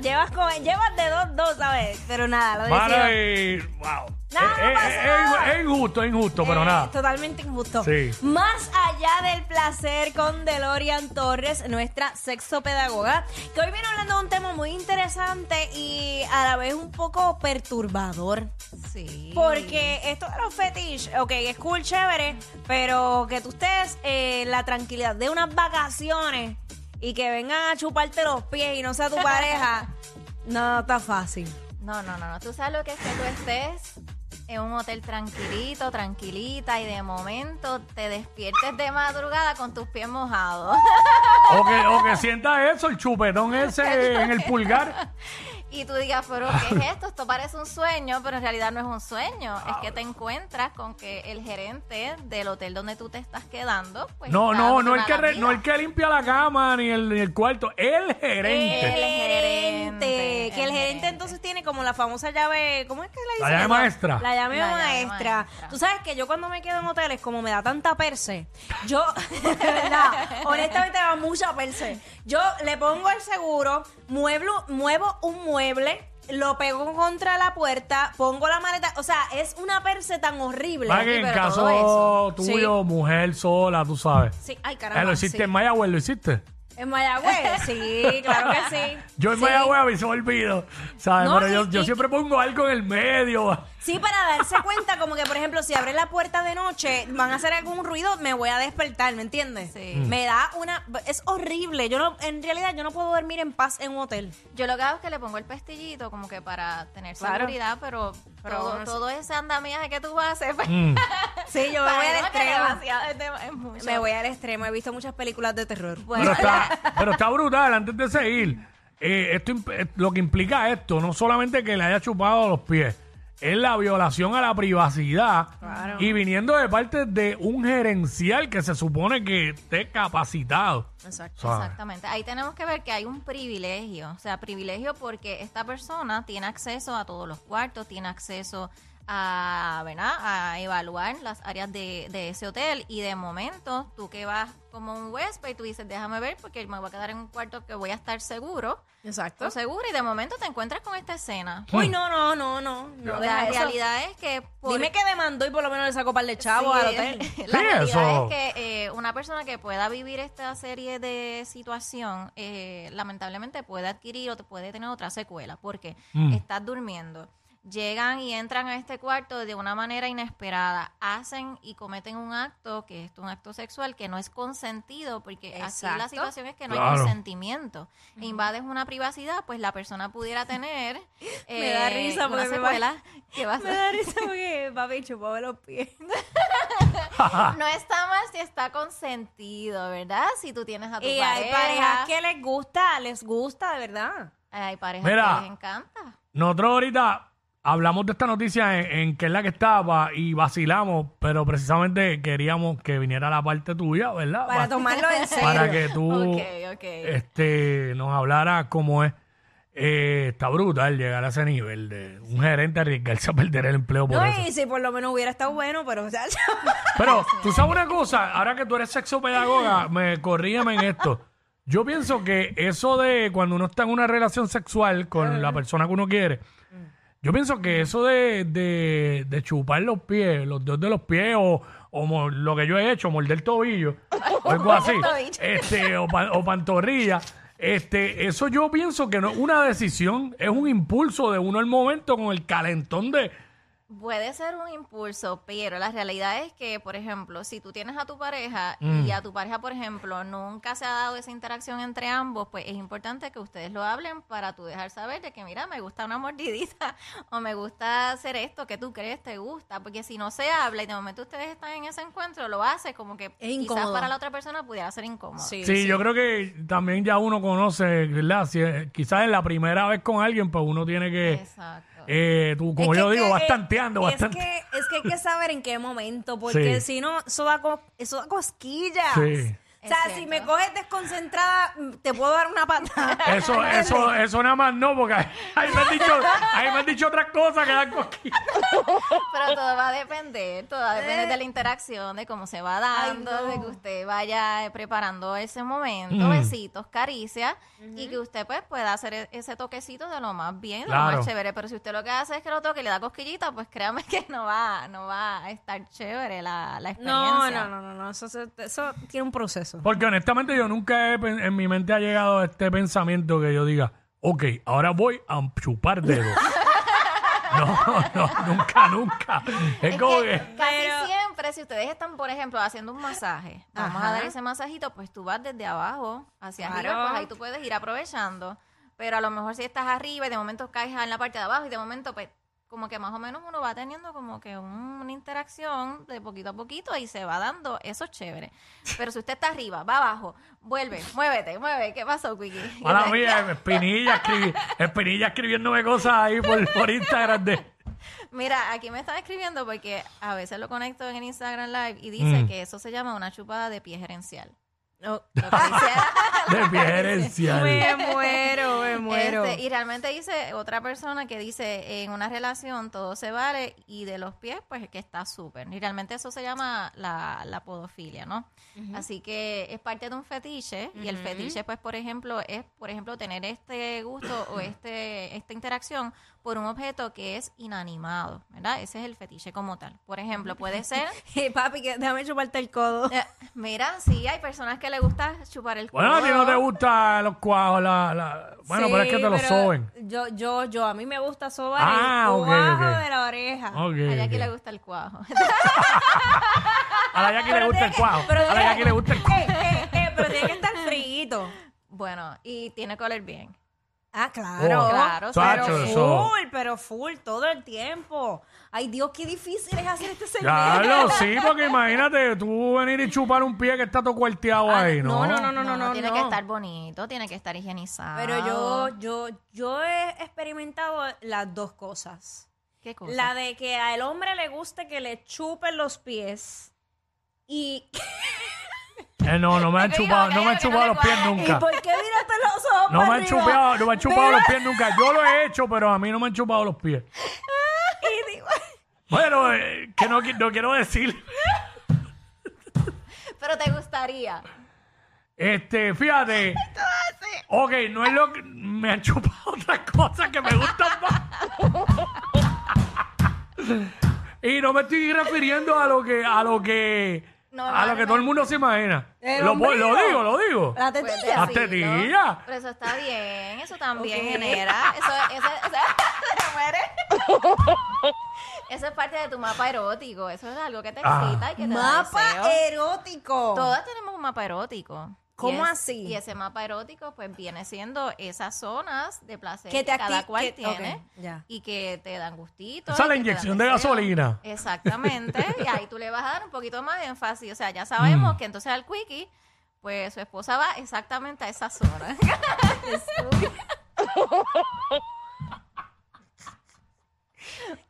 llevas, con- llevas de dos, dos, ¿sabes? Pero nada, lo Mano, decido. y. ¡Wow! No, Eh, no eh, pasa eh, nada. es injusto, es injusto, pero Eh, nada. Totalmente injusto. Sí. Más allá del placer con Delorian Torres, nuestra sexopedagoga, que hoy viene hablando de un tema muy interesante y a la vez un poco perturbador. Sí. Porque esto de los fetiches, ok, es cool, chévere, pero que tú estés eh, en la tranquilidad de unas vacaciones y que vengan a chuparte los pies y no sea tu pareja, no está fácil. No, no, no, no. Tú sabes lo que es que tú estés en un hotel tranquilito, tranquilita, y de momento te despiertes de madrugada con tus pies mojados. O que, o que sienta eso, el chupetón ese en el pulgar. y tú digas, pero ¿qué es esto? Esto parece un sueño, pero en realidad no es un sueño. Es que te encuentras con que el gerente del hotel donde tú te estás quedando, pues... No, está no, dándote no el, una que re- lamida. no el que limpia la cama ni el, ni el cuarto, el gerente. El gerente, gerente, Que el el gerente gerente. entonces tiene como la famosa llave, ¿cómo es que le La dicen? llave maestra. La llave La llave maestra. maestra. Tú sabes que yo cuando me quedo en hoteles, como me da tanta perse, yo, de verdad, honestamente me da mucha perse. Yo le pongo el seguro, mueblo, muevo un mueble. Lo pego contra la puerta, pongo la maleta. O sea, es una perse tan horrible. Para que Sí, en pero caso todo tuyo, mujer sola, tú sabes. Sí, ay, Eh, caramba. lo hiciste sí. en Mayagüez, lo hiciste. ¿En Mayagüez? Sí, claro que sí. Yo en Sí. Mayagüez a mí se me olvido, ¿sabes? No, Pero y- yo, yo y- siempre pongo algo en el medio. Sí, para darse cuenta, como que por ejemplo, si abres la puerta de noche, van a hacer algún ruido, me voy a despertar, ¿me entiendes? Sí. Mm. Me da una. Es horrible. Yo no, en realidad, yo no puedo dormir en paz en un hotel. Yo lo que hago es que le pongo el pestillito como que para tener Claro. seguridad, pero, Pero todo, aún así- todo ese andamiaje que tú haces, pues, Mm. Sí, yo me para voy al no, que extremo. demasiado, es dem- es mucho. Me voy al extremo. He visto muchas películas de terror. Pero está, pero está brutal, antes de seguir, eh, esto imp- eh, lo que implica esto, no solamente que le haya chupado los pies, es la violación a la privacidad y viniendo de parte de un gerencial que se supone que esté capacitado. Exacto. ¿sabes? Exactamente. Ahí tenemos que ver que hay un privilegio. O sea, privilegio porque esta persona tiene acceso a todos los cuartos, tiene acceso a, ¿verdad? a evaluar las áreas de, de ese hotel. Y de momento, tú que vas como un huésped, tú dices, déjame ver porque me voy a quedar en un cuarto que voy a estar seguro. Exacto. o seguro. Y de momento te encuentras con esta escena. Mm. Uy, no, no, no, no. no deja la eso. realidad es que... por- Dime que demandó y por lo menos le sacó par de chavos Sí, al hotel. La Sí, realidad eso. es que eh, una persona que pueda vivir esta serie de situación, eh, lamentablemente puede adquirir o te- puede tener otra secuela, porque Mm. estás durmiendo. Llegan y entran a este cuarto de una manera inesperada, hacen y cometen un acto, que es un acto sexual, que no es consentido, porque así la Exacto. situación es que no hay Claro. consentimiento. E invades una privacidad, pues la persona pudiera tener eh, Me da risa una porque me secuela que va a Me ser da risa porque papi chupaba los pies. No está mal si está consentido, ¿verdad? Si tú tienes a tu Y pareja. hay parejas que les gusta, les gusta, de verdad. Hay parejas Mira. que les encanta. Nosotros ahorita hablamos de esta noticia en, en que es la que estaba y vacilamos, pero precisamente queríamos que viniera la parte tuya, ¿verdad? Para Pa- tomarlo en serio. para que tú Ok, ok. este, nos hablaras cómo es. Eh, está brutal llegar a ese nivel de un gerente arriesgarse a perder el empleo por No, eso. y si por lo menos hubiera estado bueno, pero o sea, Pero tú sabes una cosa, ahora que tú eres sexopedagoga, me corrígeme en esto. Yo pienso que eso de cuando uno está en una relación sexual con la persona que uno quiere, yo pienso que eso de, de, de chupar los pies, los dedos de los pies o, o mo- lo que yo he hecho, morder el tobillo, o algo así, este, o, pan- o pantorrilla, este, eso yo pienso que no es una decisión, es un impulso de uno al momento con el calentón de... Puede ser un impulso, pero la realidad es que, por ejemplo, si tú tienes a tu pareja y a tu pareja, por ejemplo, nunca se ha dado esa interacción entre ambos, pues es importante que ustedes lo hablen para tú dejar saber de que, mira, me gusta una mordidita o me gusta hacer esto que tú crees te gusta, porque si no se habla y de momento ustedes están en ese encuentro, lo hace como que quizás incómodo. para la otra persona pudiera ser incómodo. Sí, yo creo que también ya uno conoce, ¿verdad? Si, eh, quizás es la primera vez con alguien, pues uno tiene que, Exacto. eh, tú, como Es yo que- digo, que- vas tanteando es bastante. Que, es que hay que saber en qué momento, porque Sí. si no, eso da, co- eso da cosquillas. Sí. O sea, si me coges desconcentrada, mm, te puedo dar una patada. Eso, eso, eso nada más no, porque ahí me han dicho, ahí me han dicho otras cosas que dan cosquillas. Pero todo va a depender, todo va a depender de la interacción, de cómo se va dando, Ay, no. de que usted vaya eh, preparando ese momento, Mm. besitos, caricias, y que usted pues pueda hacer e- ese toquecito de lo más bien, de lo Claro. más chévere. Pero si usted lo que hace es que lo toque y le da cosquillita, pues créame que no va, no va a estar chévere la, la No, experiencia. no, no, no, no. Eso, se- eso tiene un proceso. Porque honestamente yo nunca he pen- en mi mente ha llegado este pensamiento que yo diga, ok, ahora voy a chupar dedos. no, no, nunca, nunca. Es, Es como que que... casi Pero- siempre, si ustedes están, por ejemplo, haciendo un masaje, vamos Ajá. a dar ese masajito, pues tú vas desde abajo hacia Claro. arriba, pues ahí tú puedes ir aprovechando. Pero a lo mejor si estás arriba y de momento caes en la parte de abajo y de momento, pues, como que más o menos uno va teniendo como que un- una interacción de poquito a poquito y se va dando, eso es chévere. Pero si usted está arriba, va abajo, vuelve, muévete, mueve, ¿qué pasó, Quickie? Mala mía, Espinilla, escribi- Espinilla escribiéndome cosas ahí por, por Instagram de... Mira, aquí me están escribiendo porque a veces lo conecto en el Instagram Live y dice Mm. que eso se llama una chupada de pie gerencial. No. Lo que dice- De pierencial. Me muero, me muero. Este, y realmente dice otra persona que dice en una relación todo se vale y de los pies pues que está súper. Y realmente eso se llama la, la podofilia, ¿no? Así que es parte de un fetiche y el Ujú. fetiche pues por ejemplo es por ejemplo tener este gusto o este esta interacción por un objeto que es inanimado, ¿verdad? Ese es el fetiche como tal. Por ejemplo, puede ser Eh, papi, que, déjame chuparte el codo. eh, mira, sí, hay personas que le gusta chupar el Bueno, a ti no te codo. gustan los cuajos, la, la... Bueno, pero es que Sí, te los pero soben. Yo, yo, yo, a mí me gusta sobar Ah, el ok, cuajo ok. de la oreja. Ok, Hay aquí ok. le gusta el cuajo. A la Jackie le Pero gusta el tiene que- cuajo. pero A la tiene- Jackie le gusta el cuajo. Eh, eh, eh, pero tiene que estar frito. Bueno, y tiene color bien. Ah, claro. Oh, Claro, chacho, pero eso. full, pero full, todo el tiempo. Ay, Dios, qué difícil es hacer este Ya segmento. lo sí, porque imagínate tú venir y chupar un pie que está todo cuarteado ahí, ¿no? Ah, no, no, no, no, no, no. Tiene que estar bonito, tiene que estar higienizado. Pero yo, yo, yo he experimentado las dos cosas. ¿Qué cosa? La de que al hombre le guste que le chupen los pies. Y, Eh, no, no me han Te digo, chupado, no me han cállate, que no chupado le los pies cuadra. ¿y nunca. por qué miraste los ojos? No me para han arriba? chupado, no me han chupado Mira, los pies nunca. Yo lo he hecho, pero a mí no me han chupado los pies. y digo, Bueno, eh, que no, qui- no quiero decir. Pero te gustaría. Este, fíjate. Ok, no es lo que. Me han chupado otras cosas que me gustan más. y no me estoy refiriendo a lo que, a lo que. a Normal, lo que no. todo el mundo se imagina. El Lo, po- ombligo. lo digo, lo digo. La Pues, tetilla. Hasta decirlo. tía. Pero eso está bien, eso también Ok. genera. Eso, eso, eso, se muere. Eso es parte de tu mapa erótico. Eso es algo que te Ah. excita y que te da deseo. Mapa erótico. Todas tenemos un mapa erótico. ¿Cómo Y es- así? Y ese mapa erótico, pues, viene siendo esas zonas de placer Que que, te cada acti- cual que- ok, tiene ya. y que te dan gustitos. Esa es la y que te dan inyección de deseo. gasolina. Exactamente. y ahí tú le vas a dar un poquito más de énfasis. O sea, ya Mm. sabemos que entonces al quickie, pues, su esposa va exactamente a esa zona.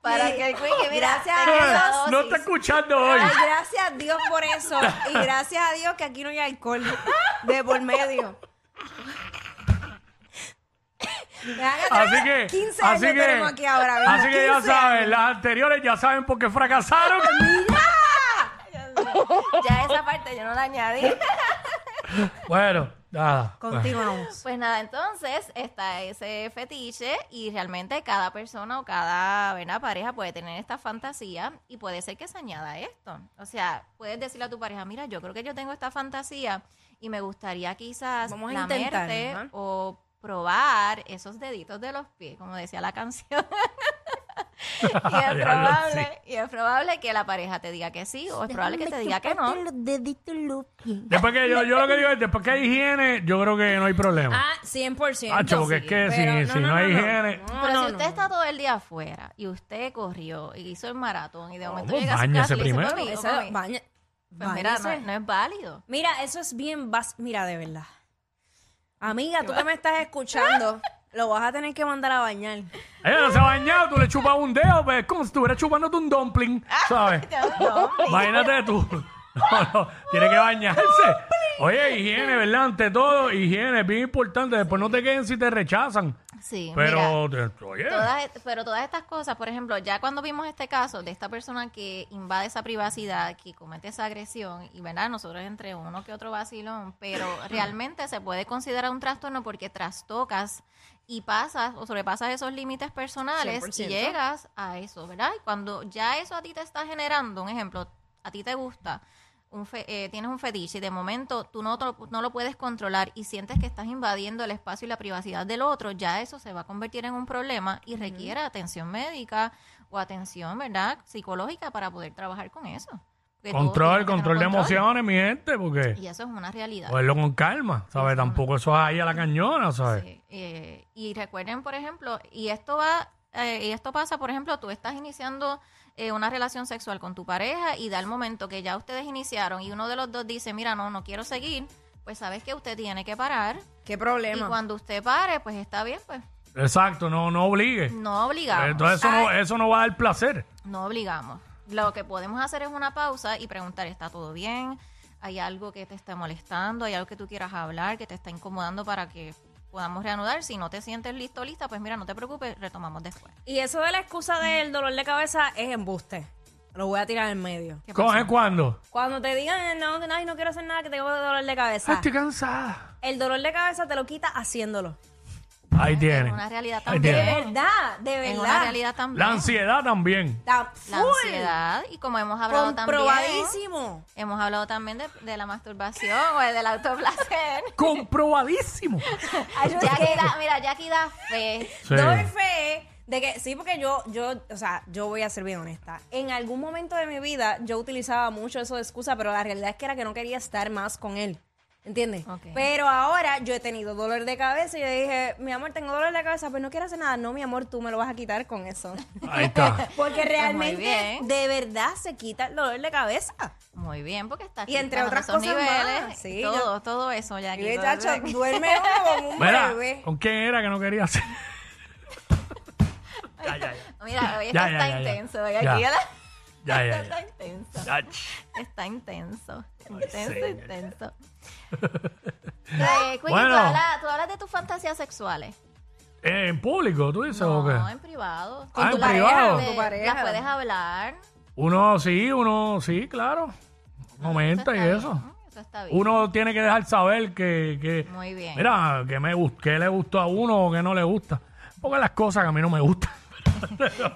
Para que el quickie, mira, Gracias a tenga esa Dios. No dosis. está escuchando hoy. Ay, gracias a Dios por eso. Y gracias a Dios que aquí no hay alcohol de por medio. Me van a traer Así que, 15 así años que, tenemos aquí ahora. ¿verdad? así que ya 15 saben, años. las anteriores ya saben por qué fracasaron. Ya esa parte yo no la añadí. bueno, nada. Continuamos. Pues nada, entonces está ese fetiche y realmente cada persona o cada ¿verdad? pareja puede tener esta fantasía y puede ser que se añada esto. O sea, puedes decirle a tu pareja, mira, yo creo que yo tengo esta fantasía y me gustaría quizás Vamos a lamerte intentarlo, ajá. o probar esos deditos de los pies, como decía la canción. y, es Ya lo probable, y es probable que la pareja te diga que sí o es probable que te diga que no. Después que yo, yo lo que digo es, después que hay higiene, yo creo que no hay problema. Ah, 100%. Hacho, porque es que si- Pero si no hay higiene- no, Pero Ah, no, si no. usted está todo el día afuera y usted corrió y hizo el maratón y de momento pues llega a su báñese casa y le dice, primero. "Mami, Eso, mami, baña- pues mira, no, bañese. no es válido. Mira, eso es bien bas- Mira, de verdad. Amiga, tú que me estás escuchando, lo vas a tener que mandar a bañar. Ella no se ha bañado, tú le chupas un dedo, pues es como si estuvieras chupándote un Ah. dumpling, ¿sabes? No, Imagínate tú. No, no, tiene que bañarse. Oye, higiene, ¿verdad? Ante todo, higiene es bien importante. Después no te queden si te rechazan. Sí, mira, Pero, te- oye, todas est- pero todas estas cosas, por ejemplo, ya cuando vimos este caso de esta persona que invade esa privacidad, que comete esa agresión, y verdad, nosotros entre uno que otro vacilón, pero realmente se puede considerar un trastorno porque trastocas y pasas o sobrepasas esos límites personales 100%. y llegas a eso, ¿verdad? Y cuando ya eso a ti te está generando, un ejemplo, a ti te gusta. Un fe- eh, tienes un fetiche y de momento tú no, to- no lo puedes controlar y sientes que estás invadiendo el espacio y la privacidad del otro, ya eso se va a convertir en un problema y requiere atención médica o atención, ¿verdad?, psicológica para poder trabajar con eso. Porque todos control, tienen que tener control de emociones, mi gente, porque Y eso es una realidad. verlo con calma, ¿sabes? Tampoco eso es ahí a la cañona, ¿sabes? Sí, eh, y recuerden, por ejemplo, y esto va, eh, y esto pasa, por ejemplo, tú estás iniciando eh, una relación sexual con tu pareja y da el momento que ya ustedes iniciaron y uno de los dos dice, mira, no, no quiero seguir, pues sabes que usted tiene que parar ¿Qué y problema? cuando usted pare, pues está bien, pues Exacto, no, no obligue. no obligamos, Entonces eso no, eso no va a dar placer. no obligamos. Lo que podemos hacer es una pausa y preguntar, ¿está todo bien? ¿Hay algo que te está molestando? ¿Hay algo que tú quieras hablar, que te está incomodando para que podamos reanudar? Si no te sientes listo o lista, pues mira, no te preocupes, retomamos después. Y eso de la excusa del dolor de cabeza es embuste. Lo voy a tirar en medio. ¿Qué ¿Coge pasa? cuándo? Cuando te digan, no, no, ay, no quiero hacer nada, que tengo dolor de cabeza. Estoy cansada. El dolor de cabeza te lo quita haciéndolo. Ahí Es tiene. una realidad Ahí De tiene. también. verdad, de Es una verdad. realidad también. La ansiedad también. Está La full. ansiedad. Y como hemos hablado también, Comprobadísimo. hemos hablado también de, de la masturbación o del autoplacer. Comprobadísimo. Ay, yo es que Jackie da, mira, Jackie da fe. Sí. Doy fe de que sí, porque yo, yo, o sea, yo voy a ser bien honesta. En algún momento de mi vida yo utilizaba mucho eso de excusa, pero la realidad es que era que no quería estar más con él. ¿Entiendes? Ok. Pero ahora yo he tenido dolor de cabeza y yo dije, mi amor, tengo dolor de cabeza, pues no quiero hacer nada. No, mi amor, tú me lo vas a quitar con eso. Ahí está. Porque realmente, Pues bien. de verdad, se quita el dolor de cabeza. Muy bien, porque está aquí Y entre bajando otras esos cosas niveles, más, sí, todo, yo- todo eso, Y Jackie. de todo chacho, eso. duerme uno como un Mira, bebé. ¿con quién era que no quería hacer? ya, ya, ya. Mira, hoy Ya, está, ya, está ya, ya. intenso. hoy Ya. aquí la- Ya, ya, está ya. intenso. Ya, ch- Está intenso. Intenso, señor. intenso. Eh, Quickie, Bueno. tú, hablas, tú hablas de tus fantasías sexuales. Eh, ¿En público tú dices o No, qué? en privado. Con Ah, tu en pareja, privado. de- Con tu pareja. Las puedes hablar. Uno sí, uno sí, claro. Momenta y está eso. bien, Eso está bien. Uno tiene que dejar saber que, que Muy bien. mira, que me gust- que le gustó a uno o que no le gusta. Porque las cosas que a mí no me gustan. Pero,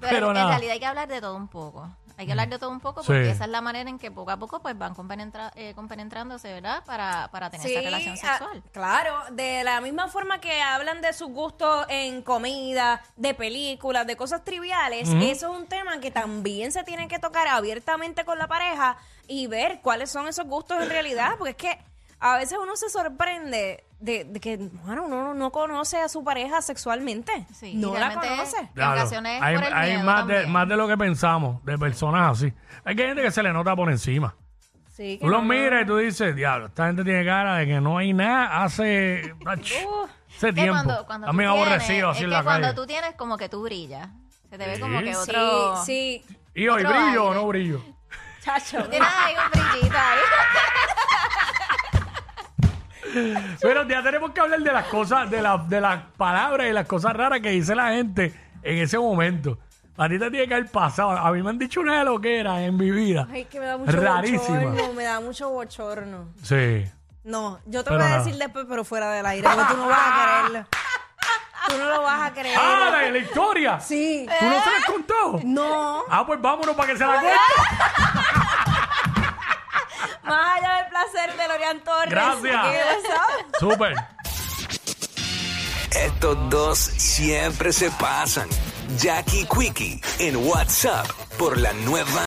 pero en nada. realidad hay que hablar de todo un poco. Hay que hablar de todo un poco porque Sí. esa es la manera en que poco a poco pues van compenetra- eh, compenetrándose, ¿verdad? Para, para tener esa relación ah, sexual. claro, de la misma forma que hablan de sus gustos en comida, de películas, de cosas triviales, eso es un tema que también se tiene que tocar abiertamente con la pareja y ver cuáles son esos gustos en realidad, porque es que a veces uno se sorprende de, de que, bueno, uno no- no conoce a su pareja sexualmente. Sí, y no la realmente- conoce. En ocasiones hay por el hay miedo más, de, también. más de lo que pensamos, de personas así. Hay gente que se le nota por encima. Sí, que Tú los no- miras y tú dices, diablo, esta gente tiene cara de que no hay nada hace, Uh, hace que tiempo. cuando, cuando tú También aborrecido tienes, así es en que la cuando calle. tú tienes como que tú brillas. Se te ve Sí. como que Sí, otro... Sí, sí, Y hoy, otro ¿brillo o aire. no brillo? chacho. Tienes ahí un brillito ahí. Pero ya tenemos que hablar de las cosas, de, la- de las palabras y las cosas raras que dice la gente en ese momento. A ti te tiene que haber pasado. A mí me han dicho una de lo que era en mi vida. Ay, que me da mucho Rarísima. bochorno, me da mucho bochorno. Sí. No, yo te Pero voy a nada. decir después, pero fuera del aire, porque tú no vas a creerlo. Tú no lo vas a creer. ¡Ah, la, la historia! Sí. ¿Tú no se la has contado? No. Ah, pues vámonos para que se la cuente. Más allá del placer de Lorian Torres. Gracias. aquí en el show. Súper. Estos dos siempre se pasan. Jackie Quickie en WhatsApp por la nueva